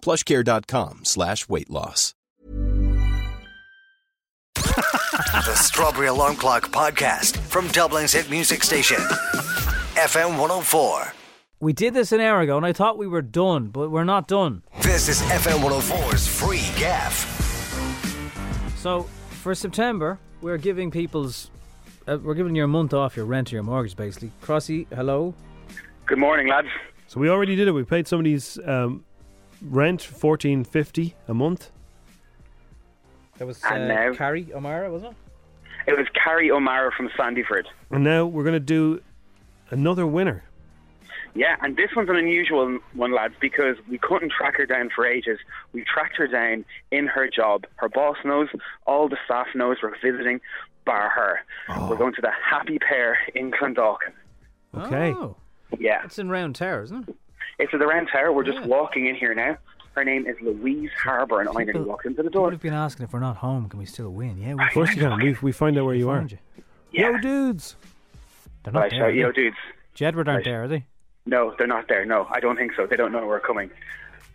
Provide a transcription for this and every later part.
Plushcare.com slash weight loss. The Strawberry Alarm Clock Podcast from Dublin's hit music station, FM 104. We did this an hour ago and I thought we were done, but we're not done. This is FM 104's free gaff. So for September, we're giving people's. Uh, we're giving you a month off your rent or your mortgage, basically. Crossy, hello. Good morning, lads. So we already did it. We paid somebody's um, rent fourteen fifty a month. That was uh, And now- Carrie O'Mara, wasn't it? It was Carrie O'Mara from Sandyford. And now we're going to do another winner. Yeah, and this one's an unusual one, lads, because we couldn't track her down for ages. We tracked her down in her job. Her boss knows, all the staff knows we're visiting, bar her. Oh. We're going to the Happy Pair in Clondalkin. Okay. Oh, Yeah, that's in Round Tower, isn't it? it's at the Round Tower. We're just Yeah. walking in here now. Her name is Louise Harbour, and I nearly walked into the door. We've been asking if we're not home, can we still win? Yeah, we Of course you can. We, we find out where you are. found you. Yeah, Yo, dudes. They're not I there. shout, are you know, they? dudes. Jedward aren't there, are they? No, they're not there. No, I don't think so. They don't know we're coming.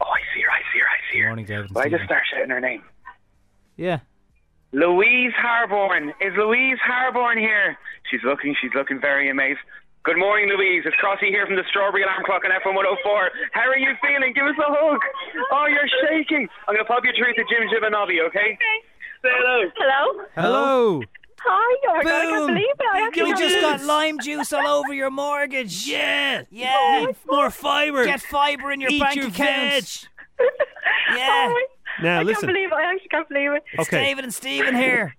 Oh, I see her. I see her. I see her. Morning, David and But I just Stephen. start shouting her name. Yeah. Louise Harborn. Is Louise Harborn here? She's looking, she's looking very amazed. Good morning, Louise. It's Crossy here from the Strawberry Alarm Clock on FM 104. How are you feeling? Give us a hug. Oh, you're shaking. I'm going to pop you through to Jim Jim and Nobby, okay? Say hello. Hello. Hello. Hi. Oh my God, I can't Boom. believe it. I actually You have just it. got lime juice all over your mortgage. Yeah. Yeah. More fiber. Get fiber in your Eat bank your account. veg. Oh Yeah. my- Now, I listen. Oh. can't believe it. I actually can't believe it. It's Okay. David and Stephen here.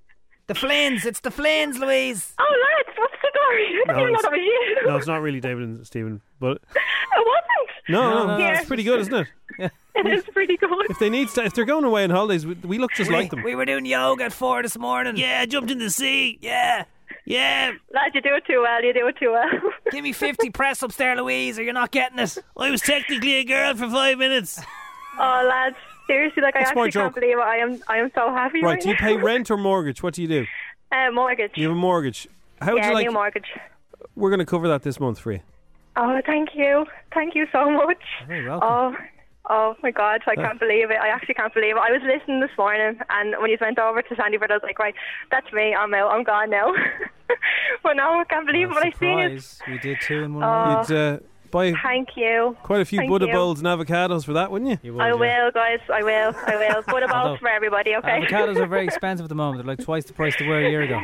The Flynns. It's the Flynns, Louise. Oh, lads, what's the story? I didn't know it's- that was you. No, it's not really David and Stephen, but It wasn't. no, no, no, no. it's pretty good, isn't it? It is pretty good. If they need, st- if they're going away on holidays, we, we look just like them. We were doing yoga at four this morning. Yeah, I jumped in the sea. Yeah. Yeah. Lad, you do it too well. You do it too well. Give me 50 press ups there, Louise, or you're not getting it. I was technically a girl for five minutes. oh, lads, seriously, like I That's my actually can't joke. believe it. I am, I am so happy. Right? Right, Do you pay rent or mortgage? What do you do? Uh, mortgage. You have a mortgage. How would yeah, you like? new mortgage. We're going to cover that this month for you. Oh, thank you, thank you so much. very welcome. Oh. Oh my God! I can't believe it. I actually can't believe it. I was listening this morning, and when you went over to Sandyford, I was like, "Right, that's me. I'm out. I'm gone now." but no, I can't believe what I seen. It. We did two in one Oh, You'd uh, buy thank you. quite a few thank Buddha you. bowls and avocados for that, wouldn't you? I will, guys. I will. I will. What Although- about for everybody? Okay. Avocados are very expensive at the moment. They're like twice the price they were a year ago.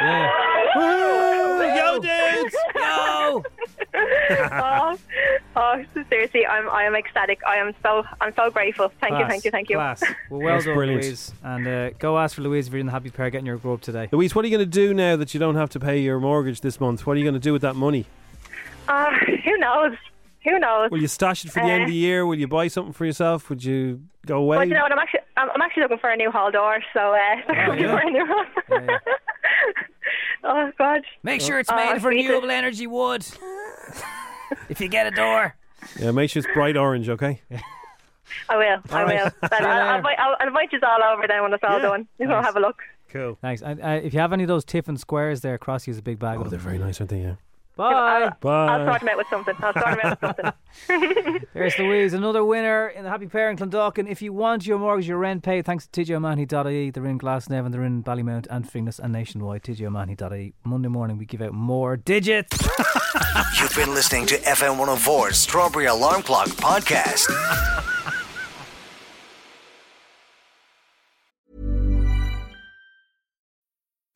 Yeah. Yo, dudes. Yo! oh, oh, seriously, I'm I am ecstatic. I am so I'm so grateful. Thank you, thank you, thank you. Class. Well, well That's done, brilliant. Louise. And uh, go ask for Louise if you're in the happy pair getting your grow up today. Louise, what are you going to do now that you don't have to pay your mortgage this month? What are you going to do with that money? Ah, who knows? Who knows? Will you stash it for the end of the Uh, year? Will you buy something for yourself? Would you go But away? you know what? I'm actually I'm, I'm actually looking for a new hall door. So uh, looking yeah. for a new hall. oh God. Make sure it's Oh, made of sweet. renewable energy wood. if you get a door. yeah, make sure it's bright orange, okay? I will. I right. will. But See you I'll, later. I'll, invite- I'll, I'll invite you all over then when it's all Yeah. done. You will have a look. Cool. Thanks. And uh, if you have any of those Tiffin squares there, Crossy is a big bag Oh, of they're them. very nice, aren't they? Yeah. Oh, Bye. I'll Bye. sort them out with something. I'll sort them out with something. There's Louise, another winner in the Happy Pair in Clondalkin. If you want your mortgage, your rent paid, thanks to TJO'Mahony.ie. E, They're in Glasnevin, they're in Ballymount and Finglas and nationwide. TJO'Mahony.ie. E. Monday morning, we give out more digits. You've been listening to FM 104's Strawberry Alarm Clock Podcast.